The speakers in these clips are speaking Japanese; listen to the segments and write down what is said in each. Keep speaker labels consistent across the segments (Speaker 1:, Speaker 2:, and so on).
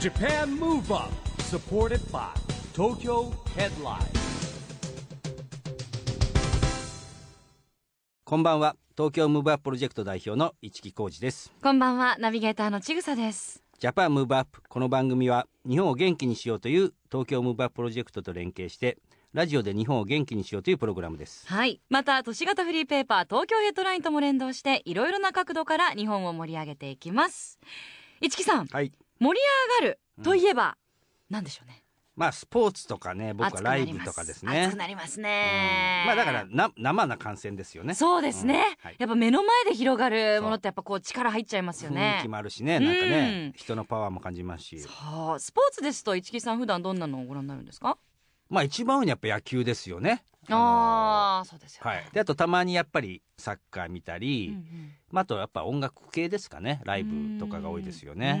Speaker 1: JAPAN MOVE UP SUPPORTED BY TOKYO HEADLINE
Speaker 2: こんばんは東京ムーブアッププロジェクト代表の市木浩二です
Speaker 3: こんばんは、ナビゲーターのちぐさです。
Speaker 2: ジャパンムーブアップこの番組は日本を元気にしようという東京ムーブアッププロジェクトと連携してラジオで日本を元気にしようというプログラムです
Speaker 3: はい。また、都市型フリーペーパー東京ヘッドラインとも連動して、いろいろな角度から日本を盛り上げていきます。市木さん、
Speaker 2: はい
Speaker 3: 盛り上がるといえば、なんでしょうね。
Speaker 2: まあスポーツとかね僕は
Speaker 3: 熱く
Speaker 2: ラ
Speaker 3: な
Speaker 2: イ
Speaker 3: り
Speaker 2: ブ
Speaker 3: ます
Speaker 2: とかです
Speaker 3: 熱
Speaker 2: ね
Speaker 3: くなります
Speaker 2: う
Speaker 3: ね
Speaker 2: ん。まあだからな生な観戦ですよね
Speaker 3: そうですね、
Speaker 2: うんはい
Speaker 3: やっぱ目の前で広がるものってやっぱこう力入っちゃいますよ
Speaker 2: 雰囲
Speaker 3: ね
Speaker 2: 気。もあるしねなんか
Speaker 3: う
Speaker 2: ね
Speaker 3: ん
Speaker 2: 人のパワーも感じますし
Speaker 3: はあ、スポーツですと市木さん普段どんなのをご覧になるんですか？
Speaker 2: まあ一番多いのはやっぱ野球ですよね
Speaker 3: ああー、そうですよね。
Speaker 2: はい、であとたまにやっぱりサッカー見たり、
Speaker 3: うんうん
Speaker 2: まあ、あとやっぱ音楽系ですかねライブとかが多いですよね。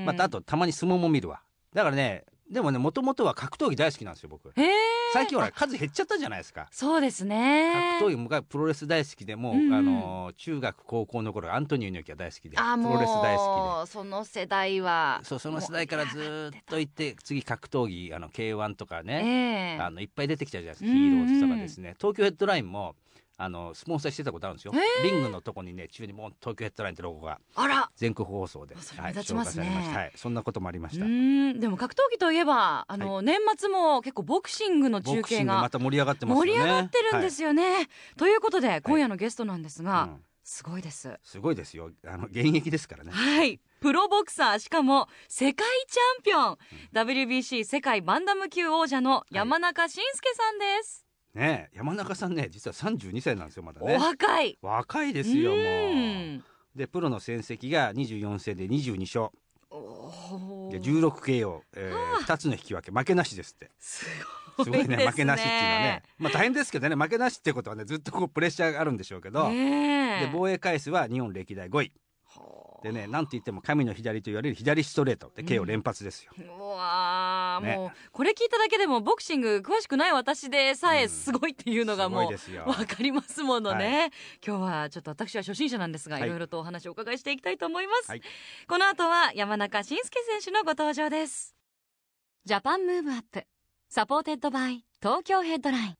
Speaker 3: ね
Speaker 2: またあとたまに相撲も見るわだからねでもねもともとは格闘技大好きなんですよ僕
Speaker 3: へえ、
Speaker 2: 最近ほら数減っちゃったじゃないですか
Speaker 3: そうですね。
Speaker 2: 格闘技昔プロレス大好きでもう、
Speaker 3: うんうん
Speaker 2: あのー中学高校の頃アントニオ猪木が大好きでプ
Speaker 3: あーもう
Speaker 2: ロレス大好
Speaker 3: その世代は
Speaker 2: きでそうその世代からずーっと行って次格闘技あの k 1とかね、
Speaker 3: ええ
Speaker 2: あのいっぱい出てきたじゃないですか、
Speaker 3: うん
Speaker 2: ヒーローズとかですね東京ヘッドラインもあのスポンサーしてたことあるんですよ、リングのとこにね中にも東京ヘッドラインってロゴが
Speaker 3: あら
Speaker 2: 全国放送で、
Speaker 3: あそれ目立ちますね
Speaker 2: 紹介されましたはい、そんなこともありま
Speaker 3: う
Speaker 2: した。
Speaker 3: ーんでも格闘技といえばあの、年末も結構ボクシングの
Speaker 2: ボ
Speaker 3: 中
Speaker 2: クシ
Speaker 3: 継
Speaker 2: ングま
Speaker 3: が
Speaker 2: た盛り上がってますよね。
Speaker 3: 盛り上がってるんですよね。ということで今夜のゲストなんですが、
Speaker 2: はいうん
Speaker 3: すごいです。
Speaker 2: すごいですよ。あの現役ですからね。
Speaker 3: はいプロボクサーしかも世界チャンピオン、WBC 世界バンダム級王者の山中伸介さんです、
Speaker 2: ねえ山中さんね、実は三十二歳なんですよまだね
Speaker 3: お。若い
Speaker 2: 若いですよも
Speaker 3: う
Speaker 2: う。
Speaker 3: ん
Speaker 2: でプロの戦績が二十四戦で二十二勝、
Speaker 3: おー
Speaker 2: で十六 KO、えー二、つの引き分け負けなしですって。
Speaker 3: す
Speaker 2: すごいね負けなしっていうのはね
Speaker 3: ね、
Speaker 2: まあ大変ですけどね負けなしってことはねずっとこうプレッシャーがあるんでしょうけど。
Speaker 3: ねえ
Speaker 2: で防衛回数は日本歴代5位でねなんと言っても神の左と言われる左ストレートで KO 連発ですよ、
Speaker 3: うわー
Speaker 2: ね
Speaker 3: もうこれ聞いただけでもボクシング詳しくない私でさえすごいっていうのが
Speaker 2: す
Speaker 3: も
Speaker 2: ごいうですよ
Speaker 3: わかりますものね、今日はちょっと私は初心者なんですが、
Speaker 2: はい
Speaker 3: い、ろいろとお話をお伺いしていきたいと思います、
Speaker 2: はい
Speaker 3: この後は山中伸介選手のご登場ですジャパンムーブアップサポーテッドバイ東京ヘッドライン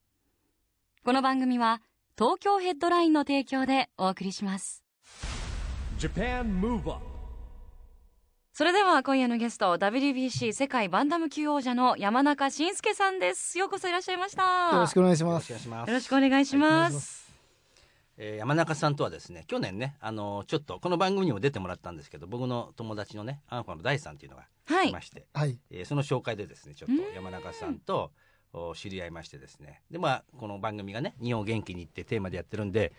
Speaker 3: この番組は東京ヘッドラインの提供でお送りします
Speaker 1: JAPAN MOVE UP
Speaker 3: それでは今夜のゲスト WBC 世界バンダム級王者の山中伸介さんですようこそいらっしゃいました
Speaker 4: よろしくお願いし
Speaker 2: よ
Speaker 4: ま
Speaker 2: ろしくお。
Speaker 4: す
Speaker 2: 願いします
Speaker 3: よろしくお願いします,、
Speaker 2: えー山中さんとはですね去年ねあのーちょっとこの番組にも出てもらったんですけど僕の友達のねアンファの大さんっていうのが
Speaker 3: はいい
Speaker 2: まして、
Speaker 4: はい。
Speaker 2: えーその紹介でですねちょっと山中さんとお知り合いましてですねでまあこの番組がね「日本を元気に」ってテーマでやってるんで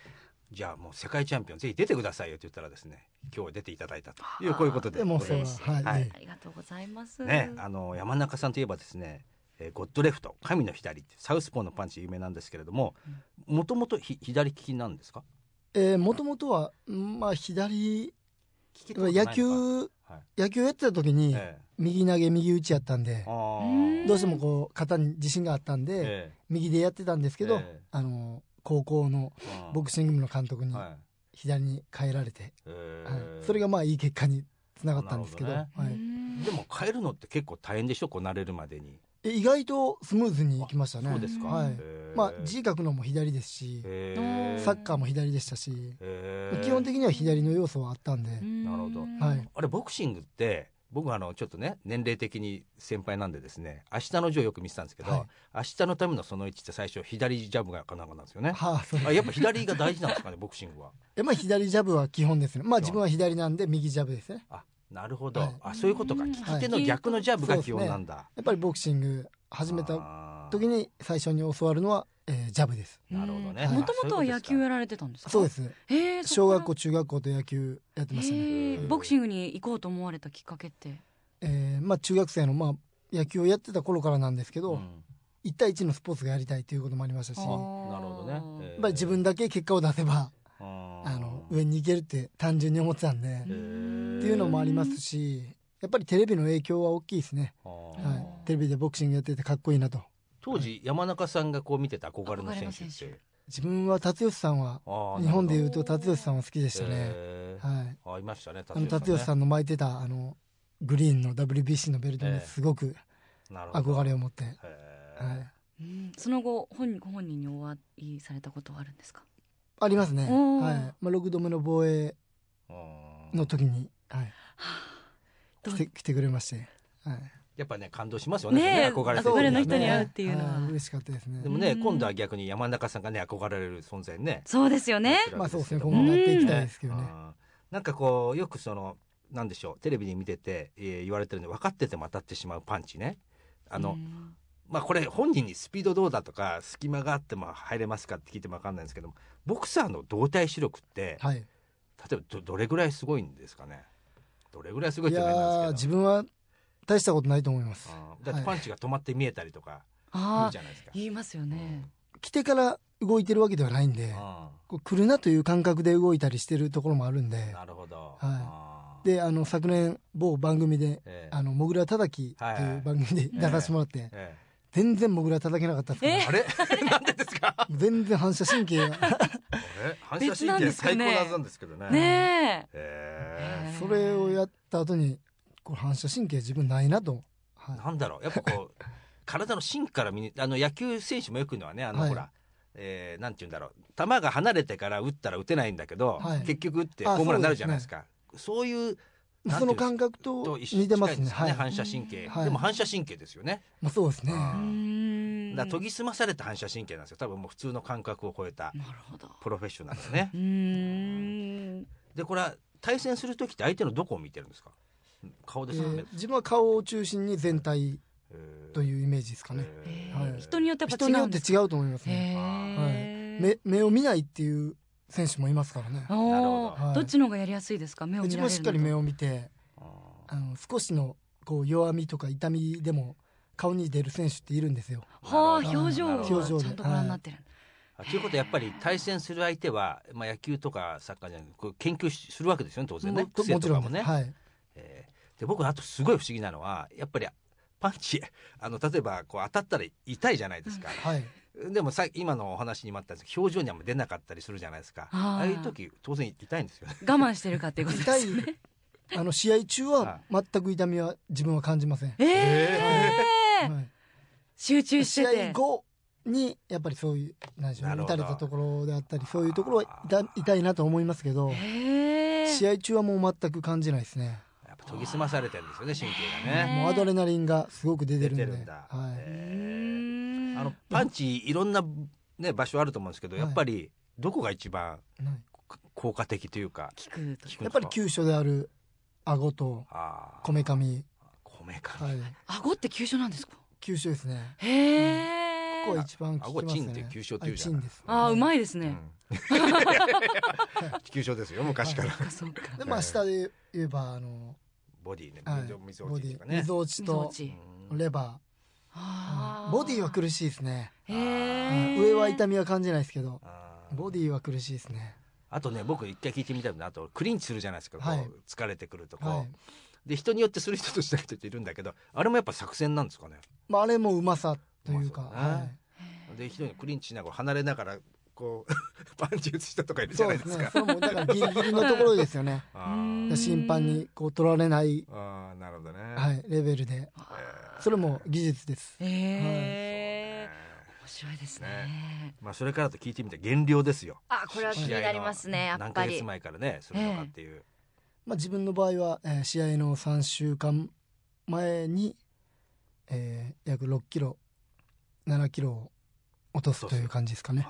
Speaker 2: じゃあもう世界チャンピオンぜひ出てくださいよって言ったらですね今日出ていただいたというこういうことで
Speaker 4: でも
Speaker 2: ござい
Speaker 4: そう
Speaker 2: ます
Speaker 4: はい。
Speaker 2: はい
Speaker 3: ありがとうございます、
Speaker 2: ね、あの山中さんといえばですね、えーゴッドレフト神の左ってサウスポーのパンチ有名なんですけれどももともと左利きなんですか
Speaker 4: ええもともとはんまあ左
Speaker 2: 利き
Speaker 4: 野、球
Speaker 2: はい
Speaker 4: 野球やってた時に
Speaker 2: え
Speaker 4: 右投げ右打ちやったんで
Speaker 2: え、あー
Speaker 3: うん
Speaker 4: どうしてもこう肩に自信があったんで
Speaker 2: え
Speaker 4: 右でやってたんですけど
Speaker 2: ええ、
Speaker 4: あの高校の
Speaker 2: えうん
Speaker 4: ボクシング部の監督に
Speaker 2: はい
Speaker 4: 左に変えられて、
Speaker 2: え
Speaker 4: は
Speaker 2: え
Speaker 4: い。それがまあいい結果につながったんですけど、
Speaker 2: なる
Speaker 3: う
Speaker 4: は
Speaker 3: ー
Speaker 4: い。
Speaker 3: ん
Speaker 2: でも変えるのって結構大変でしょこう慣れるまでに、
Speaker 4: え意外とスムーズにいきましたね。
Speaker 2: そうですか、
Speaker 4: はい。
Speaker 2: ええ
Speaker 4: まあ字書くのも左ですし、
Speaker 2: え
Speaker 3: え
Speaker 4: サッカーも左でしたし、
Speaker 2: ええ
Speaker 4: 基本的には左の要素はあったんで
Speaker 3: うー、ん
Speaker 2: なるほど
Speaker 4: はい。
Speaker 2: あれボクシングって僕あのちょっとね年齢的に先輩なんでですね「明日のジョー」よく見てたんですけど、
Speaker 4: はい
Speaker 2: 明日のためのその1って最初左ジャブがかなんかなんですよね。
Speaker 4: はあ、そうです
Speaker 2: あやっぱ左が大事なんですかねボクシングは。
Speaker 4: えまあ左ジャブは基本ですね。まあ自分は左なんで右ジャブですね。
Speaker 2: あなるほど、
Speaker 4: はい
Speaker 2: あそういうことか
Speaker 3: うん
Speaker 2: 利き手の逆のジャブが基本なんだ。
Speaker 4: やっぱりボクシング始めた
Speaker 2: あー
Speaker 4: 時に最初に教わるのは、えージャブです。
Speaker 2: なるほどね。
Speaker 4: うん
Speaker 3: もともとは野球
Speaker 2: あ
Speaker 3: やられてたんですか
Speaker 4: そうですす。
Speaker 3: へえ
Speaker 4: 小学
Speaker 3: 校
Speaker 4: 校、中学校と野球やってましたね。
Speaker 3: へえボクシングに行こうと思われたきっかけって
Speaker 4: えーまあ中学生のまあ野球をやってた頃からなんですけ
Speaker 2: そう
Speaker 4: ど、
Speaker 2: いうことです
Speaker 4: 1対1のスポーツがやりたいということもありましたし、
Speaker 3: あ
Speaker 4: や
Speaker 2: か
Speaker 4: っ
Speaker 2: うん、なるほどね。えー
Speaker 4: ぱり自分だけ結果を出せば、
Speaker 2: あー
Speaker 4: あの、上に行けるって単純に思ってたんで
Speaker 2: え、ー
Speaker 4: っていうのもありますし、やっぱりテレビの影響は大きいですね。
Speaker 2: あー
Speaker 4: はい。テレビでボクシングやっててかっこいいなと。
Speaker 2: 当時山中さんがこう見てた憧れの選手っ
Speaker 3: 憧れの選
Speaker 2: て。
Speaker 4: 自分は辰吉さんは
Speaker 2: あー
Speaker 4: 日本で
Speaker 2: なる
Speaker 4: 言うと辰吉さんは好きでした
Speaker 2: ほど
Speaker 4: ね、
Speaker 2: えー
Speaker 4: はい
Speaker 2: あいましたね。
Speaker 4: あの辰吉さ
Speaker 2: んね。
Speaker 4: んの巻いてたあのグリーンの WBC のベルト
Speaker 2: ええ
Speaker 4: にすごく
Speaker 2: なるほど。
Speaker 4: 憧れを持って、はい
Speaker 2: へー
Speaker 4: あ
Speaker 3: うんその後本人ご本人にお会いされたことはあるんですか
Speaker 4: りますね、はい
Speaker 3: おー
Speaker 4: まあ、6度目の防衛
Speaker 2: うん
Speaker 4: の時に、はい、
Speaker 3: どう
Speaker 4: 来て来てくれまして、はい、
Speaker 2: やっぱね感動しますよね
Speaker 3: ねえ
Speaker 2: 憧れてる
Speaker 3: 憧れの
Speaker 2: 人
Speaker 3: 人
Speaker 2: は
Speaker 3: に
Speaker 2: ね
Speaker 3: 会うっていうのは、
Speaker 4: はい嬉しかったですね
Speaker 2: でもね、
Speaker 3: うん
Speaker 2: 今度は逆に山中さんがね憧れる存在にね
Speaker 3: そうですよね
Speaker 4: まあそうですね
Speaker 2: こ
Speaker 4: 今
Speaker 2: の
Speaker 4: 後もやっていきた
Speaker 3: う
Speaker 4: いですけどね、
Speaker 2: なんかこうよくそのなんでしょうテレビで見てて、えー言われてるんで分かってても当たってしまうパンチねあの、
Speaker 3: うん
Speaker 2: まあこれ本人にスピードどうだとか隙間があっても入れますかって聞いても分かんないんですけどもボクサーの動体視力って、
Speaker 4: はい
Speaker 2: 例えばどどれぐらいすごいんですかねどれぐらいすごいっ
Speaker 4: い
Speaker 2: て
Speaker 4: や
Speaker 2: 言わ
Speaker 4: ー
Speaker 2: れんです
Speaker 4: 自
Speaker 2: けど
Speaker 4: 分は大したことないと思います
Speaker 2: うんだってパンチが止まって見えたりとか言
Speaker 3: あ
Speaker 2: う
Speaker 3: あ
Speaker 2: じゃないですか、
Speaker 3: 言いますよね、
Speaker 4: 来てから動いてるわけではないんでこう来るなという感覚で動いたりしてるところもあるん
Speaker 2: うん
Speaker 4: で
Speaker 2: なるほど、
Speaker 4: い
Speaker 2: あー
Speaker 4: であの昨年某番組で
Speaker 2: ええ
Speaker 4: あのモグラ叩きと
Speaker 2: はい
Speaker 4: い
Speaker 2: はいう
Speaker 4: 番組で出させてもらって、
Speaker 2: ええ
Speaker 4: 全然モグラ叩けなかったですから、
Speaker 3: え
Speaker 2: あれ なんでですか
Speaker 4: 全然反射神経が
Speaker 2: あれ反
Speaker 3: 別なんですかね
Speaker 2: んですけどね
Speaker 3: ね
Speaker 2: え
Speaker 3: え
Speaker 4: それをやった後にこれ反射神経自分ないなと、は
Speaker 2: え
Speaker 4: い
Speaker 2: なんだろうやっぱこう 体の芯から身にあの野球選手もよく言うのはねあの、
Speaker 4: はい
Speaker 2: ほらえー、なんて言うんだろう球が離れてから打ったら打てないんだけど、
Speaker 4: はい
Speaker 2: 結局打って
Speaker 4: あ
Speaker 2: ホームランになるじゃないですかそういう
Speaker 4: まあその感覚と
Speaker 2: と一緒
Speaker 4: 似てます
Speaker 2: 近い
Speaker 4: ね
Speaker 2: ですよ
Speaker 4: はい、
Speaker 2: 反射神経、
Speaker 4: はい
Speaker 2: でも反射神経ですよね、
Speaker 4: まあ、そうですね
Speaker 2: あ
Speaker 3: うーん
Speaker 2: だから研ぎ澄まされた反射神経なんですよ多分もう普通の感覚を超えた
Speaker 3: なるほど
Speaker 2: プロフェッショナルですね
Speaker 3: うーん
Speaker 2: でこれは対戦する時って相手のどこを見てるんですか顔
Speaker 4: え
Speaker 2: ですかね
Speaker 4: ー、自分は顔を中心に全体
Speaker 2: えー
Speaker 4: というイメージですかね、
Speaker 2: え
Speaker 4: はい
Speaker 3: 人によってやっぱ
Speaker 4: 人
Speaker 3: 違
Speaker 4: によ
Speaker 3: う
Speaker 4: っ
Speaker 3: ん
Speaker 4: て
Speaker 3: です
Speaker 4: 違うと思いますね
Speaker 3: へえ
Speaker 4: 目目を見ないっていう選手もいますからね
Speaker 3: お
Speaker 2: なるほ
Speaker 3: お
Speaker 2: ど
Speaker 4: はい
Speaker 3: どっちの方がやりやすいですか目を
Speaker 4: う
Speaker 3: 見
Speaker 4: ち
Speaker 3: られるの
Speaker 4: もしっかり目
Speaker 3: を
Speaker 4: を見てあの少しのこう弱みとか痛みでも顔に出る選手っているんですよ
Speaker 3: はあ
Speaker 4: なるほど
Speaker 3: 表情を
Speaker 4: 表情で
Speaker 3: ちゃんとご覧になってる
Speaker 2: あということはやっぱり対戦する相手は、まあ、野球とかサッカーじゃなくてこう研究しするわけですよね当然ね
Speaker 4: もと
Speaker 2: 癖
Speaker 4: もち
Speaker 2: と
Speaker 4: ろ
Speaker 2: か
Speaker 4: ん
Speaker 2: もね、
Speaker 4: はい、
Speaker 2: えーで僕あとすごい不思議なのはやっぱりパンチあの例えばこう当たったら痛いじゃないですか、
Speaker 4: はい、
Speaker 2: でもさ今のお話にもあったんですけど表情にはもう出なかったりするじゃないですか
Speaker 3: あ
Speaker 2: あ
Speaker 3: ー
Speaker 2: あいう時当然痛いんですよね
Speaker 3: 我慢してるかっていうことです
Speaker 4: 痛い
Speaker 3: よね
Speaker 4: あの試合中は全く痛みは自分は感じません、
Speaker 3: ええ
Speaker 4: はい
Speaker 3: 集中し
Speaker 4: 試
Speaker 3: て
Speaker 4: 合
Speaker 3: て
Speaker 4: 後にやっぱりそういう何でしょう
Speaker 2: なる
Speaker 4: 打
Speaker 2: ほど
Speaker 4: たれたところであったりそういうところは痛痛いなと思いますけど
Speaker 3: へえ
Speaker 4: 試合中はもう全く感じないですね
Speaker 2: やっぱ研ぎ澄まされてるんですよね神経がね
Speaker 3: ね
Speaker 4: もうアドレナリンがすごく出
Speaker 2: 出
Speaker 4: てるん
Speaker 2: て
Speaker 4: で
Speaker 2: るんだ、
Speaker 4: はい
Speaker 3: あ
Speaker 2: えーあのパンチいろんな、ね、場所あると思うんですけど
Speaker 4: はい
Speaker 2: やっぱりどこが一番
Speaker 4: はい
Speaker 2: 効果的というか
Speaker 3: 聞くと
Speaker 2: 効くんですか
Speaker 4: やっぱり急所である顎と
Speaker 2: ああ
Speaker 4: こめかみ、
Speaker 2: 米か、
Speaker 4: はい、
Speaker 3: 顎って急所なんですか
Speaker 4: 急所ですね
Speaker 3: へえ
Speaker 4: ここは一番効きますね
Speaker 2: 顎チンって急所って言うじゃん
Speaker 4: あチンです
Speaker 3: ああうま
Speaker 4: い
Speaker 3: いです
Speaker 2: う
Speaker 3: ね
Speaker 2: ん 急所ですよ昔から、
Speaker 3: そうかそうか
Speaker 4: でまあ下で言えばあの、
Speaker 2: ボディね、
Speaker 4: はい、
Speaker 2: 水
Speaker 4: ボ
Speaker 2: 落
Speaker 4: デ
Speaker 2: ちと
Speaker 4: ィ
Speaker 2: かね
Speaker 4: 溝落ち
Speaker 3: 装
Speaker 4: と
Speaker 3: 置
Speaker 2: うん
Speaker 4: レバー
Speaker 3: あ
Speaker 4: ボディは苦しいですね、
Speaker 3: へ
Speaker 4: はい
Speaker 3: え
Speaker 4: 上は痛みは感じないですけど
Speaker 2: あー
Speaker 4: ボディは苦しいですね
Speaker 2: あとね僕一回聞いてみたいのはあとクリンチするじゃないですか、こう
Speaker 4: はい
Speaker 2: 疲れてくるとこう、
Speaker 4: はい
Speaker 2: で人によってする人としない人っているんだけどあれもやっぱ作戦なんですかね
Speaker 4: まああれもうまさというか
Speaker 2: うまさだね
Speaker 4: は
Speaker 2: で人にクリンチしながら離れながらこう パンチ打つ人とかいる
Speaker 4: い、
Speaker 2: じゃ
Speaker 4: そ
Speaker 2: な
Speaker 4: う
Speaker 2: い
Speaker 4: で
Speaker 2: ですす
Speaker 4: ね
Speaker 2: か
Speaker 4: それもだからギリギリのところですよね
Speaker 2: あー
Speaker 3: うん
Speaker 4: 審判にこう取られない、
Speaker 2: あーなるほどね、
Speaker 4: はい、レベルで
Speaker 2: えー
Speaker 4: それも技術です
Speaker 3: へえ
Speaker 2: そうね
Speaker 3: 面白いです
Speaker 2: ね
Speaker 3: ね
Speaker 2: まあ、それからと聞いてみたら減量ですよ。
Speaker 3: あこれは気になりますねやっ
Speaker 2: 何
Speaker 3: ぱ
Speaker 2: ヶ
Speaker 3: り
Speaker 2: 月前からね、するのかっていう。
Speaker 4: まあ、自分の場合は、えー試合の3週間前に、えー約6キロ7キロを落とすという感じですかね、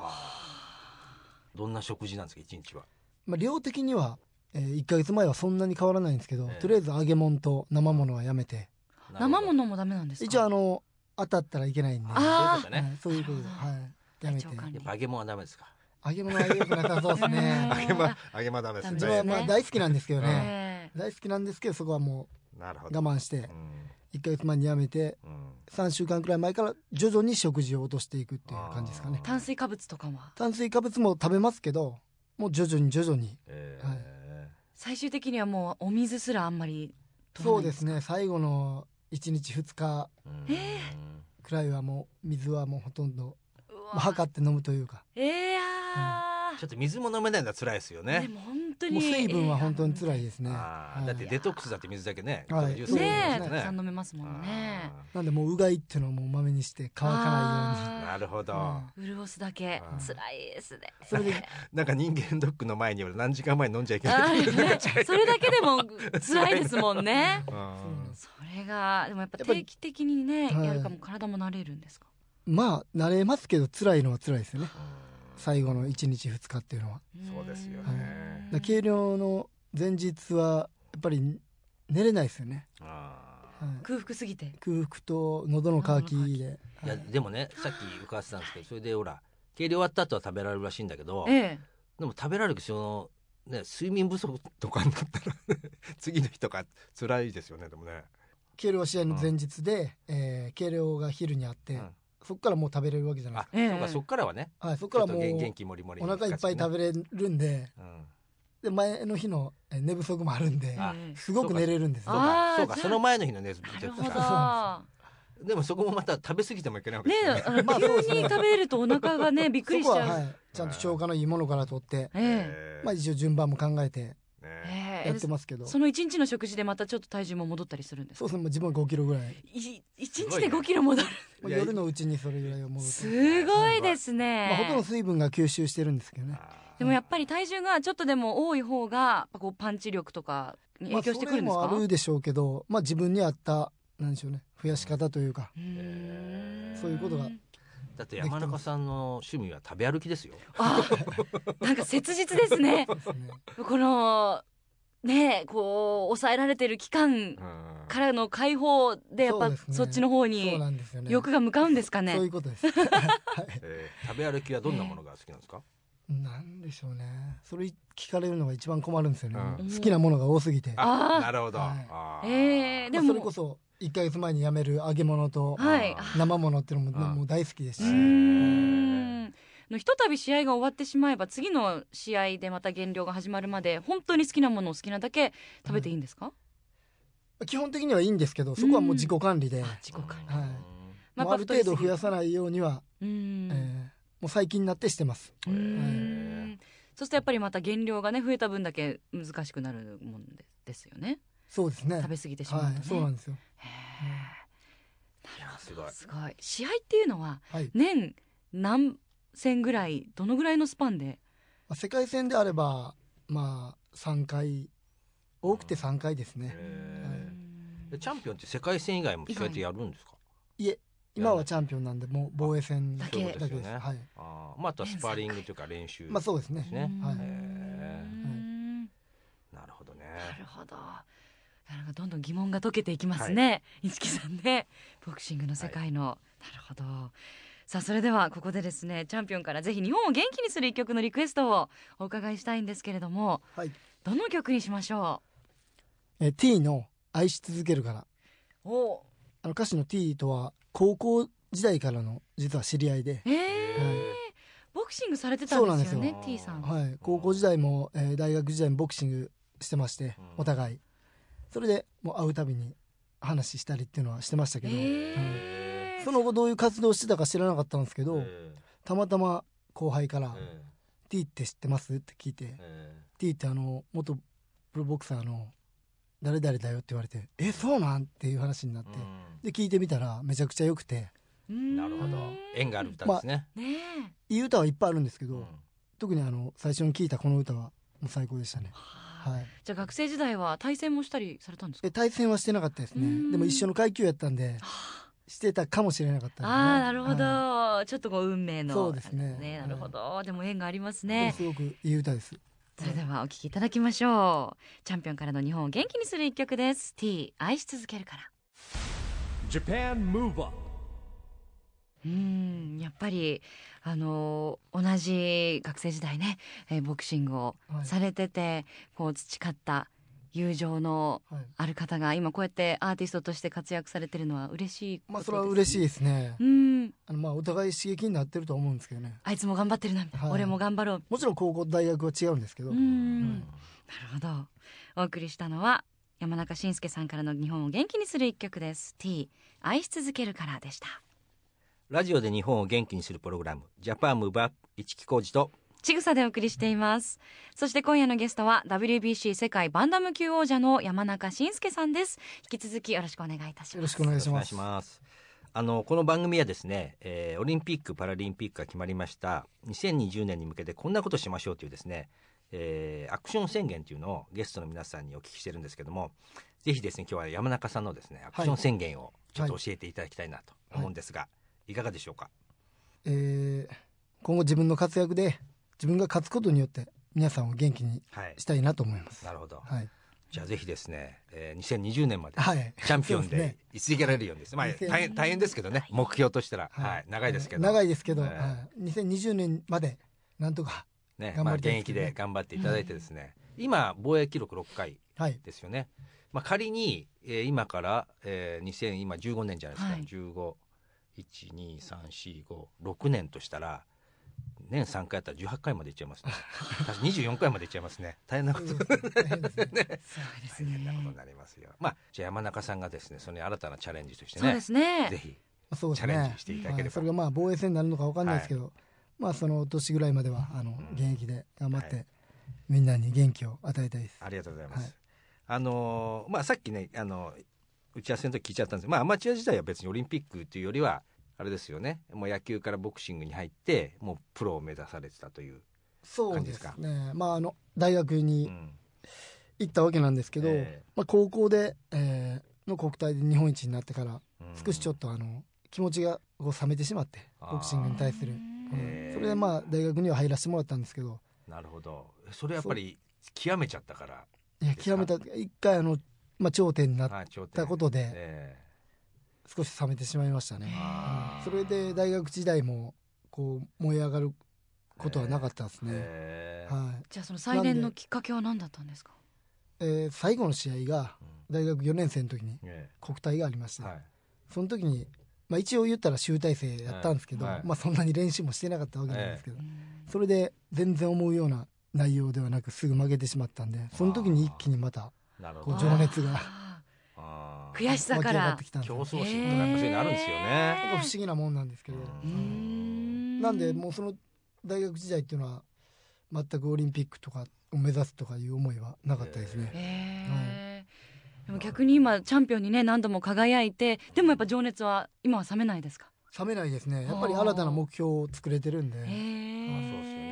Speaker 2: どんな食事なんですか、一日は。
Speaker 4: まあ、量的には、え1ヶ月前はそんなに変わらないんですけど、
Speaker 2: ええ
Speaker 4: とりあえず揚げ物と生物はやめて
Speaker 3: 生ものもダメなんですか
Speaker 4: 一応あの当たったらいけないんで
Speaker 3: あ
Speaker 2: そういうことね。
Speaker 4: はいそういうことで、
Speaker 3: なるほど
Speaker 4: はい、やめて
Speaker 3: 体調管理
Speaker 2: やっぱ揚げ物はダメですか。
Speaker 4: 揚げ物はよくなさそうですね
Speaker 3: ね
Speaker 2: 揚げ物、揚げ物はダメです
Speaker 4: 自
Speaker 3: ダ
Speaker 2: ね
Speaker 3: メで
Speaker 4: 分は
Speaker 3: すね
Speaker 4: まあ大好きなんですけどね
Speaker 3: ええ
Speaker 4: 大好きなんですけどそこはも
Speaker 2: なるほ
Speaker 4: う我
Speaker 2: ど。
Speaker 4: 慢して
Speaker 2: うん
Speaker 4: 1ヶ月前にやめて
Speaker 2: うん
Speaker 4: 3週間くらい前から徐々に食事を落としていくっていう感じですかね
Speaker 2: あー
Speaker 3: 炭水化物とかは
Speaker 4: 炭水化物も食べますけどもう徐々に徐々に
Speaker 2: えー
Speaker 3: 最終的にはもうお水すらあんまり取ら
Speaker 4: そ
Speaker 3: な
Speaker 4: う
Speaker 3: い
Speaker 4: ですね最後の1日2日
Speaker 2: うん
Speaker 4: くらいはもう水はもうほとんど
Speaker 3: う
Speaker 4: ま
Speaker 3: わ
Speaker 4: あ測って飲むというか
Speaker 3: ええあー
Speaker 2: ちょっと水も飲めないのは辛いですよ
Speaker 3: で
Speaker 2: ね。
Speaker 3: も本当
Speaker 4: も
Speaker 3: に
Speaker 4: う水分は本当に辛いですね。
Speaker 2: あー
Speaker 4: はい
Speaker 2: だってデトックスだって水だけね。
Speaker 4: はい
Speaker 2: ちょっと
Speaker 4: そう
Speaker 2: 重
Speaker 4: で
Speaker 2: 曹
Speaker 3: ね
Speaker 4: すね
Speaker 3: えたくさん飲めますもんね
Speaker 2: あ
Speaker 4: なんでもううがいっていうのはもうまめにして乾かないように。
Speaker 2: ーなるほど。
Speaker 4: うん
Speaker 3: 潤すだけ
Speaker 2: あー
Speaker 3: 辛いですね
Speaker 4: それで
Speaker 2: なんか人間ドックの前に俺何時間前に飲んじゃいけ
Speaker 3: あ
Speaker 2: ないって
Speaker 3: ーねそれだけでも辛いですもん ね
Speaker 2: う
Speaker 4: そうなん
Speaker 2: ん
Speaker 4: で
Speaker 3: それがでもやっぱ
Speaker 4: やっぱ
Speaker 3: 定期的にね
Speaker 4: はい
Speaker 3: やるかも体も慣れるんですか
Speaker 4: まあ慣れますけど辛いのは辛いですよね。最後の1日2日っていうのは。
Speaker 2: そうですよね
Speaker 3: うん
Speaker 4: だから軽量の前日はやっぱり寝れないですよね。
Speaker 2: あー
Speaker 4: はい
Speaker 3: 空腹すぎて
Speaker 4: 空腹と喉の渇きで。
Speaker 2: いや
Speaker 4: はい
Speaker 2: でもねさっき伺ってたんですけどそれでほら計量終わった後は食べられるらしいんだけど
Speaker 3: ええ
Speaker 2: でも食べられるそのね睡眠不足とかになったら 次の日とか辛いですよねでもね。
Speaker 4: 計量は試合の前日で、えー計量が昼にあって、
Speaker 2: うん
Speaker 4: そこからもう食べれるわけじゃない
Speaker 2: あ
Speaker 4: です
Speaker 3: ええ
Speaker 2: そうかそっからはね
Speaker 4: か。はい、そこ
Speaker 2: ち
Speaker 4: か
Speaker 2: ょ
Speaker 4: ら
Speaker 2: っと
Speaker 4: もう
Speaker 2: 元元気もりもり
Speaker 4: お腹いっぱい食べれるんで、
Speaker 2: べうん
Speaker 4: で前の日のえー寝不足もあるんで、
Speaker 2: あ
Speaker 3: ええ
Speaker 4: すごく寝れるんです
Speaker 2: そう
Speaker 4: よ。
Speaker 2: か
Speaker 3: あー
Speaker 2: そうか
Speaker 3: じゃあ
Speaker 2: その前の日のね
Speaker 3: なる
Speaker 2: 絶対
Speaker 3: ほ
Speaker 2: でもそこもまた食べ過ぎてもいけないわ
Speaker 3: ど
Speaker 2: け
Speaker 3: ね
Speaker 2: ですよね
Speaker 3: えあの
Speaker 4: まあそうです
Speaker 3: 急に
Speaker 4: ね
Speaker 3: 食べるとお腹が ねびっくりし
Speaker 4: そ
Speaker 3: ち
Speaker 4: こは、
Speaker 3: ゃ
Speaker 4: は
Speaker 3: う
Speaker 4: い、ちゃんと消化のいいものからとって、
Speaker 3: え
Speaker 2: えー
Speaker 4: まあ一応順番も考えて
Speaker 2: ね
Speaker 3: え
Speaker 2: え
Speaker 3: え
Speaker 4: やっ
Speaker 3: え
Speaker 4: てますけど、
Speaker 3: その一日の食事でまたちょっと体重も戻ったりするんです
Speaker 4: そう
Speaker 3: か
Speaker 4: ですね、もう自分は5キロぐらい。
Speaker 3: い一
Speaker 2: すご
Speaker 3: 日
Speaker 2: いね
Speaker 3: で5キロ戻る
Speaker 4: まあ
Speaker 2: いや
Speaker 4: 夜のうちにそれぐらいを戻って。
Speaker 3: すごいですね、
Speaker 4: まあ、ほとんど水分が吸収してるんですけどね。
Speaker 2: あ
Speaker 3: でもやっぱり体重がちょっとでも多い方がこうパンチ力とかに
Speaker 4: まあ、
Speaker 3: 影響し
Speaker 4: そ
Speaker 3: てく
Speaker 4: れ
Speaker 3: るんですか、
Speaker 4: もあるでしょうけど、まあ自分に合った、なんでしょうね、増やし方というか、
Speaker 3: うーん
Speaker 4: そういうことが
Speaker 2: ーだって山中さんの趣味は食べ歩きですよ
Speaker 3: あなんか切実です ね
Speaker 4: ですね。
Speaker 3: このねえこう抑えられてる期間
Speaker 2: うん
Speaker 3: からの解放でやっぱ
Speaker 4: そう
Speaker 3: そ,、
Speaker 4: ですね
Speaker 3: っちの方
Speaker 4: そう
Speaker 3: に
Speaker 4: なんですよね。
Speaker 3: 欲が向かうんですかね
Speaker 4: そういうことです。はい
Speaker 2: えー食べ歩きはどんなものが好きなんですか
Speaker 4: なんでしょうね。それ聞かれるのが一番困るんですよね。
Speaker 2: う
Speaker 4: 好きなものが多すぎ て。
Speaker 3: あー
Speaker 2: なるほど
Speaker 4: はい
Speaker 2: あ
Speaker 3: えー
Speaker 2: ー
Speaker 3: で
Speaker 4: で
Speaker 3: も
Speaker 4: もそれこそ1か月前に辞める揚げ物と
Speaker 3: はい
Speaker 2: あ
Speaker 4: 生ものっていうのも
Speaker 2: あ
Speaker 4: もう大好きです
Speaker 3: うー
Speaker 4: し、
Speaker 3: んあのひとたび試合が終わってしまえば次の試合でまた減量が始まるまで本当に好きなものを好きなだけ食べていいんですか、
Speaker 4: 基本的にはいいんですけどそこはもう自己管理で、
Speaker 3: あ自己管理、
Speaker 4: はい
Speaker 3: ま
Speaker 4: もうある程度増やさないようには、
Speaker 3: うーん、
Speaker 4: えーもう最近になってしてます
Speaker 3: うーんそうするとやっぱりまた減量がね増えた分だけ難しくなるもんでですよね
Speaker 4: そうですね
Speaker 3: 食べ過ぎてしまうと
Speaker 4: は
Speaker 3: ね、
Speaker 4: いそうなんですよ、
Speaker 2: いやすごい
Speaker 3: すごい試合っていうのは
Speaker 4: はいま
Speaker 3: 年何戦ぐらいどのぐらいのスパンで
Speaker 4: あ、世界戦であればまあ3回多くて3回ですね、
Speaker 2: えーチャンピオンって世界戦以外もそうやってやるんですか
Speaker 4: いえ今はチャンピオンなんでもう防衛戦
Speaker 3: だ
Speaker 4: だ
Speaker 3: け
Speaker 4: け
Speaker 3: そ
Speaker 2: こ
Speaker 3: ういう
Speaker 4: です
Speaker 2: とですよね
Speaker 4: はい
Speaker 2: あーまああとはスパーリングというか練習
Speaker 4: まあそうですね
Speaker 2: すね
Speaker 3: うん
Speaker 4: はい
Speaker 2: へ
Speaker 3: うーん
Speaker 2: なるほどね
Speaker 3: なるほどなんかどんどん疑問が解けていきますね一木、さんねボクシングの世界の、なるほどさあそれではここでですねチャンピオンからぜひ日本を元気にする一曲のリクエストをお伺いしたいんですけれども
Speaker 4: はい
Speaker 3: どの曲にしましょ
Speaker 4: えー T の「愛し続けるから」
Speaker 3: うお
Speaker 4: あの歌手の T とは高校時代からの実は知り合いで、
Speaker 3: ええー
Speaker 4: は
Speaker 3: ボクシングされてたんですよ
Speaker 4: そうなん
Speaker 2: です
Speaker 3: ね
Speaker 2: よ
Speaker 3: T さん、
Speaker 4: はい、高校時代も、えー大学時代もボクシングしてまして
Speaker 2: うん
Speaker 4: お互いそれでもう会うたびに話したりっていうのはしてましたけど、うん
Speaker 3: えー
Speaker 4: その後どういう活動してたか知らなかったんですけど、
Speaker 2: え
Speaker 4: たまたま後輩から
Speaker 2: ーえ
Speaker 4: 「T って知ってます?」って聞いて
Speaker 2: ーえ
Speaker 4: 「T ってあの元プロボクサーの誰々だよ」って言われて「えそうなん?」っていう話になって
Speaker 2: ーうん
Speaker 4: で聞いてみたらめちゃくちゃ良くて
Speaker 3: うーん
Speaker 2: なるほど縁がある歌ですね
Speaker 3: ねえ
Speaker 4: いい歌はいっぱいあるんですけど、
Speaker 2: うん
Speaker 4: 特にあの最初に聞いたこの歌はもう最高でしたね。
Speaker 3: はあ
Speaker 4: はい。
Speaker 3: じゃあ学生時代は対戦もしたりされたんですか
Speaker 4: え対戦はしてなかったです
Speaker 3: うん
Speaker 4: ね。でも一緒の階級やったんでしてたかもしれなかったんでね
Speaker 3: ああなるほど、
Speaker 4: は
Speaker 3: ちょっとこう運命の
Speaker 4: そうですね
Speaker 3: あれなるほど、でも縁があります
Speaker 4: い
Speaker 3: ね
Speaker 4: すごくいい歌です。
Speaker 3: それではお聞きいただきましょうチャンピオンからの日本を元気にする一曲です T 愛し続けるから
Speaker 1: Japan Move Up
Speaker 3: うーんやっぱりあのー同じ学生時代ね、えーボクシングを
Speaker 4: はい
Speaker 3: されてて、こう培った友情の
Speaker 4: はい。
Speaker 3: ある方が今こうやってアーティストとして活躍されてるのは嬉しいことです、
Speaker 4: まあそれは嬉しいですね
Speaker 3: う。ん
Speaker 4: あのまあお互い刺激になってると思うんですけどね。
Speaker 3: あいつも頑張ってるな、
Speaker 4: はい
Speaker 3: 俺も頑張ろう
Speaker 4: もちろん高校大学は違うんですけど、
Speaker 3: う
Speaker 4: うん
Speaker 3: ん
Speaker 4: はい
Speaker 3: なるほどお送りしたのは山中伸介さんからの日本を元気にする一曲です T 愛し続けるからでした
Speaker 2: ラジオで日本を元気にするプログラムジャパンムーブアップ一木浩二と
Speaker 3: ちぐさでお送りしていますそして今夜のゲストは WBC 世界バンダム級王者の山中伸介さんです引き続きよろしくお願いいたし
Speaker 4: よ
Speaker 3: ま
Speaker 4: ろし
Speaker 3: す
Speaker 4: くお願いし
Speaker 2: お願
Speaker 4: ま
Speaker 2: いし
Speaker 4: す。
Speaker 2: ます。あのこの番組はですね、えーオリンピック・パラリンピックが決まりました2020年に向けてこんなことしましょうというですね、えーアクション宣言というのをゲストの皆さんにお聞きしてるんですけどもぜひですね今日は山中さんのですねアクション宣言をちょっと教えていただきたいなと思うんですが、い、かがでしょうか、
Speaker 4: えー今後自分の活躍で自分が勝つことによって皆さんを元気に
Speaker 2: はい
Speaker 4: したいなと思います。
Speaker 2: なるほど
Speaker 4: はい。
Speaker 2: じゃあぜひですね、えー2020年まで
Speaker 4: はい。
Speaker 2: チャンピオン
Speaker 4: そうです
Speaker 2: で
Speaker 4: ね
Speaker 2: いついけられるようにですね、まあ、
Speaker 4: 2020
Speaker 2: 大変大変ですけどね目標としたら、はい長いですけど
Speaker 4: 長いですけど、
Speaker 2: え
Speaker 4: は
Speaker 2: ー
Speaker 4: い2020年までなんとか
Speaker 2: ね
Speaker 4: 頑
Speaker 2: まあ、
Speaker 4: 張り
Speaker 2: 現
Speaker 4: たいです
Speaker 2: 役
Speaker 4: けどね
Speaker 2: で頑張っていただいてですね、今防衛記録6回
Speaker 4: はい
Speaker 2: ですよね、まあ、仮に、えー今から、えー、2015年じゃない
Speaker 3: はい
Speaker 2: ですか、1512345年としたら年3回やったら18回までいっちゃいますね私24回までいっちゃいますね大変なこと
Speaker 4: 大変です
Speaker 3: す
Speaker 4: ね
Speaker 3: ごいです
Speaker 2: 大変なことに
Speaker 3: ね
Speaker 2: なりますよ、まあじゃあ山中さんがですねそれに新たなチャレンジとして
Speaker 3: そう
Speaker 2: ね
Speaker 3: ですね
Speaker 2: ぜひ
Speaker 4: そうです
Speaker 2: チャレン
Speaker 4: ね
Speaker 2: ジしていただければ
Speaker 4: はいそれがまあ防衛戦になるのかわかんないですけど、まあその年ぐらいまではあの
Speaker 2: うん
Speaker 4: 現役で頑張って、
Speaker 2: は
Speaker 4: みんなに元気を与えたいです。
Speaker 2: ありがとうございます。
Speaker 4: はい
Speaker 2: あのーまあさっきねあの打ち合わせの時聞いちゃったんですけどまあアマチュア時代は別にオリンピックというよりはあれですよね。もう野球からボクシングに入ってもうプロを目指されてたという。
Speaker 4: そ
Speaker 2: 感
Speaker 4: う
Speaker 2: じで
Speaker 4: ですす
Speaker 2: か
Speaker 4: ね。まああの大学
Speaker 2: う
Speaker 4: に
Speaker 2: ん
Speaker 4: 行ったわけなんですけど、
Speaker 2: え
Speaker 4: まあ高校で、えーの国体で日本一になってから
Speaker 2: えうん
Speaker 4: 少しちょっとあの気持ちがこう冷めてしまって
Speaker 2: あー
Speaker 4: ボクシングに対する、
Speaker 3: うん
Speaker 4: うん
Speaker 2: へー
Speaker 4: それでまあ大学には入らせてもらったんですけど
Speaker 2: なるほど。それやっぱり極めちゃったから。
Speaker 4: いや
Speaker 2: ですか
Speaker 4: 極めた一回あの、まあ、頂点になっ
Speaker 2: あ頂点
Speaker 4: たことで
Speaker 2: え
Speaker 4: 少し冷めてしまいました
Speaker 2: え
Speaker 4: ね、
Speaker 2: あ
Speaker 4: うん
Speaker 2: ー
Speaker 4: それで大学時代もこう燃え上がることはなかったですね、
Speaker 2: ええ
Speaker 4: はい
Speaker 3: じゃあその再燃のきっかけは何だったんですか
Speaker 4: えー最後の試合が
Speaker 2: うん
Speaker 4: 大学4年生の時に
Speaker 2: え
Speaker 4: 国体がありまし
Speaker 2: え
Speaker 4: て、
Speaker 2: はい
Speaker 4: その時に、まあ、一応言ったら集大成やったんですけど、
Speaker 2: はいはい
Speaker 4: まあ、そんなに練習もしてなかったわけなんですけど、
Speaker 3: うん
Speaker 4: それで全然思うような内容ではなくすぐ負けてしまったんでその時に一気にまた
Speaker 2: なるほ
Speaker 4: こ
Speaker 2: ど
Speaker 4: う。情熱が
Speaker 3: あ
Speaker 2: あ
Speaker 3: ー
Speaker 2: ー
Speaker 3: 悔しさ
Speaker 4: 湧き
Speaker 3: か
Speaker 4: 上が
Speaker 3: ら
Speaker 4: ってきたんです
Speaker 2: 競
Speaker 4: よ
Speaker 2: 争心とかやっぱそういうのあるんですよね。
Speaker 4: 不思議なもんなんですけど、
Speaker 2: う
Speaker 3: うーん
Speaker 4: なんでもうその大学時代っていうのは全くオリンピックとかを目指すとかいう思いはなかったですね、
Speaker 3: へーでも逆に今チャンピオンにね何度も輝いてでもやっぱ情熱は今は冷めないですか
Speaker 4: 冷めないですねやっぱり新たな目標を作れてるんで、
Speaker 3: へ
Speaker 2: あそうですよ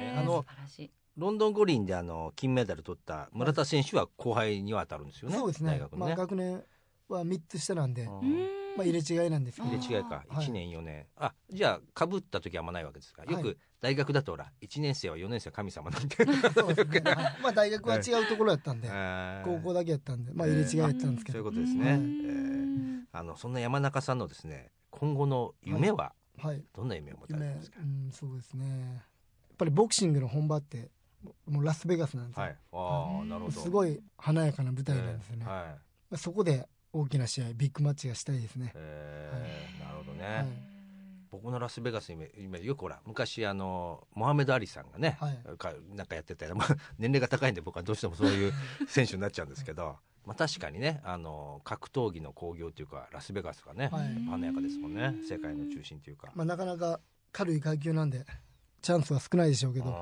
Speaker 2: ね
Speaker 3: え
Speaker 2: あの
Speaker 3: 素晴らしい
Speaker 2: ロンドン五輪であの金メダル取った村田選手は後輩には当たるんですよね。
Speaker 4: そうですね
Speaker 2: 大学の
Speaker 4: ま
Speaker 2: ね。
Speaker 4: あ、学年は3つ下なんで、
Speaker 2: うん
Speaker 3: うーん
Speaker 4: まあ、入れ違いなんですけど
Speaker 2: 入れ違いか
Speaker 4: あー
Speaker 2: 1年4年あじゃあかぶった時はあんまないわけですかよ
Speaker 4: は
Speaker 2: く大学だとほら1年生は4年生は神様なんて
Speaker 4: そうです ねまあ大学は違うところやったんで
Speaker 2: あー
Speaker 4: 高校だけやったんでまあ入れ違いやったんですけ
Speaker 2: そういう
Speaker 4: ど、
Speaker 2: ことです
Speaker 3: う
Speaker 2: ね
Speaker 3: ーん
Speaker 2: あのそんな山中さんのですね今後の夢は
Speaker 4: はい
Speaker 2: どんな夢を持たれ
Speaker 4: 夢
Speaker 2: て
Speaker 4: う
Speaker 2: ますか
Speaker 4: んそうですねやっぱりボクシングの本場ってもうラスベガスなんですよ、
Speaker 2: はいああなるほど
Speaker 4: す
Speaker 2: い
Speaker 4: ごい華やかな舞台なんですよね、
Speaker 2: はい
Speaker 4: まあそこで大きな試合ビッグマッチがしたいですね、
Speaker 2: えーなるほどね、
Speaker 4: はい
Speaker 2: 僕のラスベガスの夢よくほら昔あのモハメド・アリさんがね、
Speaker 4: はい
Speaker 2: かなんかやってたら、まあ、年齢が高いんで僕はどうしてもそういう選手になっちゃうんですけど、まあ、確かにねあの格闘技の興行というかラスベガスがね、
Speaker 4: はい
Speaker 2: 華やかですもんね世界の中心というか。
Speaker 4: まあ、なかなか軽い階級なんでチャンスは少ないでしょうけど、は
Speaker 3: あ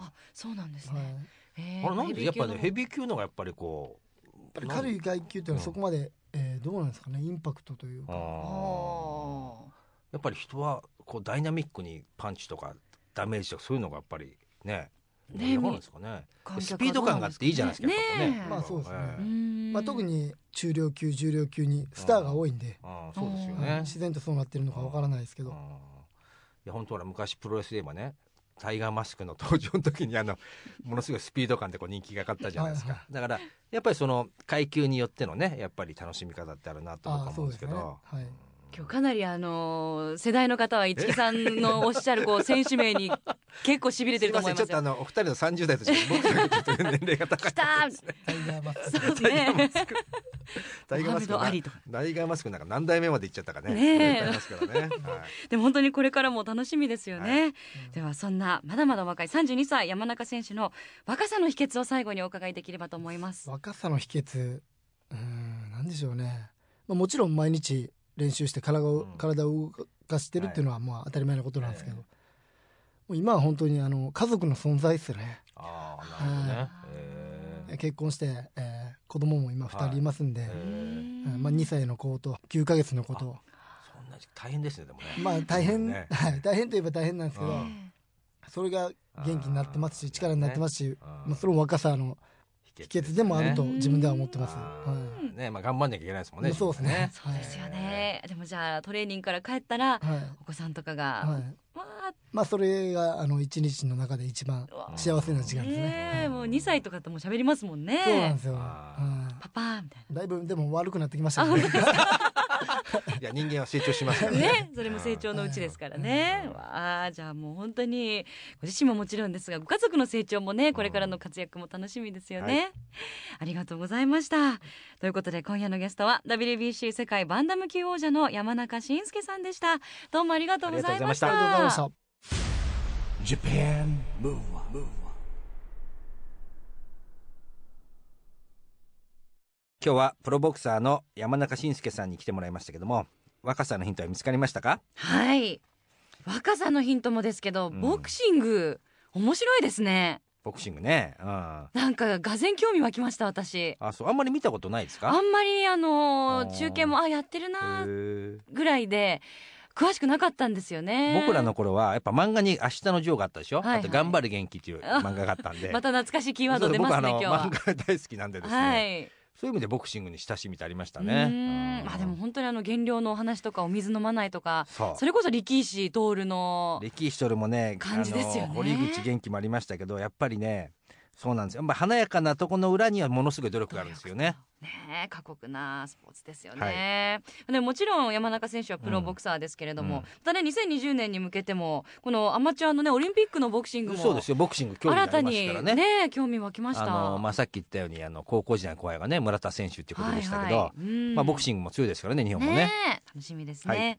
Speaker 2: あ
Speaker 3: ーあそうなんです
Speaker 4: い、
Speaker 3: ね
Speaker 4: や
Speaker 2: ー
Speaker 3: へー
Speaker 2: あれなんでやっぱねヘ
Speaker 3: ビ
Speaker 2: ビ
Speaker 3: ー
Speaker 2: ー級の方がやっぱりこうやっ
Speaker 4: っぱり軽い階級というのはそこまで、えーどうなんですかねインパクトというか
Speaker 3: 級の
Speaker 2: や
Speaker 3: おー
Speaker 2: っぱり人はこうダイナミックにパンチとかダメージとかそういうのがやっぱねね
Speaker 3: ね
Speaker 2: 盛り上がるんですかね
Speaker 3: 感
Speaker 2: ス
Speaker 3: 覚
Speaker 2: ピー
Speaker 3: はど
Speaker 2: ド
Speaker 3: うな
Speaker 2: 感
Speaker 3: ん
Speaker 2: があ
Speaker 3: で
Speaker 2: っ
Speaker 3: す
Speaker 2: て
Speaker 3: か
Speaker 2: いいじゃないですか、やっぱね
Speaker 3: ねえ
Speaker 4: まあそうですね
Speaker 2: え
Speaker 3: う
Speaker 2: え
Speaker 3: ーん
Speaker 4: まあ、特に中量級重量級にスターが多いんで、
Speaker 2: ああそうですよね。
Speaker 4: はい自然とそうなってるのかわからないですけ
Speaker 2: うんい
Speaker 4: ど
Speaker 2: や本当ほら昔プロレスで言えばねタイガーマスクの登場の時にあのものすごいスピード感でこう人気がかかったじゃないです
Speaker 4: は
Speaker 2: かだからやっぱりその階級によってのねやっぱり楽しみ方ってあるなと僕は
Speaker 4: ああ
Speaker 2: 思
Speaker 4: そ
Speaker 2: うん
Speaker 4: う
Speaker 2: で
Speaker 4: ですす
Speaker 2: け
Speaker 4: ね
Speaker 2: ど
Speaker 4: はい
Speaker 3: 今日かなりあのー世代の方は市木さんのおっしゃるこう選手名に結構しびれて
Speaker 2: すい
Speaker 3: ると
Speaker 2: ま
Speaker 3: 思
Speaker 2: せ
Speaker 3: い
Speaker 2: ん
Speaker 3: ま
Speaker 2: ちょっ
Speaker 3: す
Speaker 2: とあ
Speaker 3: よ。
Speaker 2: のお二人の30代として僕らよりちょっと年齢が高い
Speaker 3: 来た
Speaker 4: タイガーマスク
Speaker 3: ーそうね。
Speaker 2: タイガーマスク
Speaker 3: モハメドア
Speaker 2: な
Speaker 3: リとか
Speaker 2: タイガーマスクなんか何代目まで行っちゃったかね
Speaker 3: ねえ
Speaker 2: いっぱいいますからね、はい
Speaker 3: でも本当にこれからも楽しみですよね。
Speaker 2: は
Speaker 3: ではそんなまだまだ若い32歳山中選手の若さの秘訣を最後にお伺いできればと思います。
Speaker 4: 若さの秘訣うーん何でしょうね、まあ、もちろん毎日練習して体を,、
Speaker 2: うん
Speaker 4: 体を動かしてるっていうのはまあ当たり前のことなんですけど、もう今は本当にあの家族の存在ですよね
Speaker 2: ああなるほどね
Speaker 3: あー
Speaker 2: えー
Speaker 4: 結婚して、えー子供も今2人いますんで、
Speaker 2: はいえー
Speaker 4: うんまあ、2歳の子と9ヶ月の子と
Speaker 2: そんな時期大変ですねでもね
Speaker 4: まあ大変、
Speaker 2: ね
Speaker 4: はい、大変といえば大変なんですけど、
Speaker 2: うん
Speaker 4: それが元気になってます
Speaker 2: あー
Speaker 4: し力になってますし、
Speaker 2: あー
Speaker 4: まあ、それも若さの秘訣でもあると
Speaker 2: ね
Speaker 4: 自分では思ってます、
Speaker 2: あ
Speaker 4: は
Speaker 2: ーねまあ頑張んなきゃいけないですもんね
Speaker 4: まあそうですね
Speaker 2: 自分
Speaker 3: そうですよね。でもじゃあトレーニングから帰ったら
Speaker 4: い、はい
Speaker 3: お子さんとかが、
Speaker 4: はい
Speaker 3: わ
Speaker 4: まあ、それがあの一日の中で一番
Speaker 3: うわ
Speaker 4: 幸せな時
Speaker 3: ー
Speaker 4: 間ですね、
Speaker 3: ねえもう2歳とかってもう喋りますもんね。
Speaker 4: そうなんですよ、
Speaker 2: あ
Speaker 4: は
Speaker 3: パパみたい
Speaker 4: い、だいぶでも悪くなってきましたね
Speaker 2: ねいや人間は成長しますか
Speaker 3: な。
Speaker 2: ら
Speaker 3: ね、それも成長のうちですからね
Speaker 2: う。ん
Speaker 3: わあ、じゃあもう本当にご自身ももちろんですが、ご家族の成長もね、これからの活躍も楽しみですよね。
Speaker 2: は
Speaker 3: ありがとうございました。ということで今夜のゲストは WBC 世界バンダム級王者の山中伸介さんでした。どうもありがとうございました。
Speaker 2: あ
Speaker 4: ありがとうございました。
Speaker 1: Japan Move Up
Speaker 2: 今日はプロボクサーの山中伸介さんに来てもらいましたけども若さのヒントは見つかりましたか
Speaker 3: はい若さのヒントもですけど、
Speaker 2: うん
Speaker 3: ボクシング面白いですね
Speaker 2: ボクシングね、うん、あ
Speaker 3: なんかがぜ興味湧きました私
Speaker 2: そうあんまり見たことないです
Speaker 3: あ
Speaker 2: か
Speaker 3: んまりあの
Speaker 2: あー
Speaker 3: ー中継もあやってる
Speaker 2: へ
Speaker 3: な
Speaker 2: ー
Speaker 3: ぐらいで詳しくなかったんですよね
Speaker 2: 僕らの頃はやっぱ漫画に「明日のジョー」があったでしょ、
Speaker 3: はいはい
Speaker 2: あと「頑張る元気」 っていう漫画があったんで
Speaker 3: また懐かしいキーワード出
Speaker 2: そうそう
Speaker 3: ま
Speaker 2: 僕あ
Speaker 3: すね
Speaker 2: の
Speaker 3: 今日は
Speaker 2: 漫画大好きなんでですね、
Speaker 3: はい
Speaker 2: そういう意味でボクシングに親しみってありました
Speaker 3: う
Speaker 2: ね
Speaker 3: ーんまあでも本当にあの減量のお話とかお水飲まないとか
Speaker 2: そう
Speaker 3: それこそ力士ドール の
Speaker 2: 歴史とるもね
Speaker 3: 感じですよね
Speaker 2: あの堀口元気もありましたけどやっぱりねそうなんですよ、まあ、華やかなとこの裏にはものすごい努力があるんですよね。
Speaker 3: ねえ過酷なスポーツですよね、でもちろん山中選手はプロボクサーですけれど
Speaker 2: う
Speaker 3: も、
Speaker 2: ん
Speaker 3: ただね2020年に向けてもこのアマチュアのねオリンピックのボクシングも
Speaker 2: そうですよボクシング興味あ
Speaker 3: 新た
Speaker 2: ります
Speaker 3: に
Speaker 2: から
Speaker 3: ね
Speaker 2: ね。
Speaker 3: 興味湧きました
Speaker 2: あのまあ、さっき言ったようにあの高校時代の後輩がね村田選手っていうことでしたけど、
Speaker 3: はいはいうん
Speaker 2: まあ、ボクシングも強いですからね日本もね
Speaker 3: ねえ楽しみですね、
Speaker 2: はい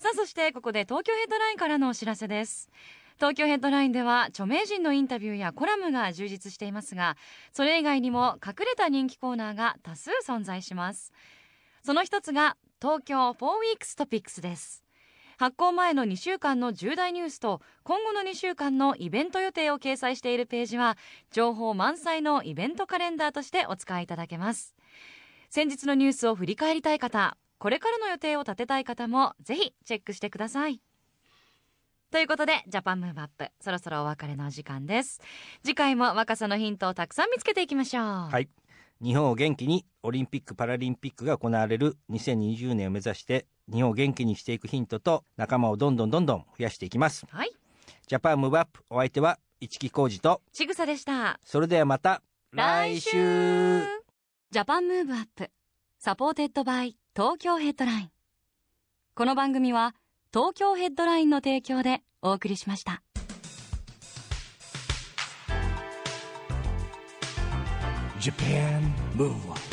Speaker 3: さあそしてここで東京ヘッドラインからのお知らせです東京ヘッドラインでは著名人のインタビューやコラムが充実していますがそれ以外にも隠れた人気コーナーが多数存在しますその一つが東京4 weeks トピックスです発行前の2週間の重大ニュースと今後の2週間のイベント予定を掲載しているページは情報満載のイベントカレンダーとしてお使いいただけます先日のニュースを振り返りたい方これからの予定を立てたい方もぜひチェックしてくださいということでジャパンムーブアップそろそろお別れのお時間です次回も若さのヒントをたくさん見つけていきましょう
Speaker 2: はい日本を元気にオリンピック・パラリンピックが行われる2020年を目指して日本を元気にしていくヒントと仲間をどんどんどんどん増やしていきます
Speaker 3: はい
Speaker 2: ジャパンムーブアップお相手は市木浩二と
Speaker 3: ちぐさでした
Speaker 2: それではまた来週
Speaker 3: ジャパンムーブアップサポーテッドバイ東京ヘッドラインこの番組は東京ヘッドラインの提供でお送りしました
Speaker 1: Japan Move Up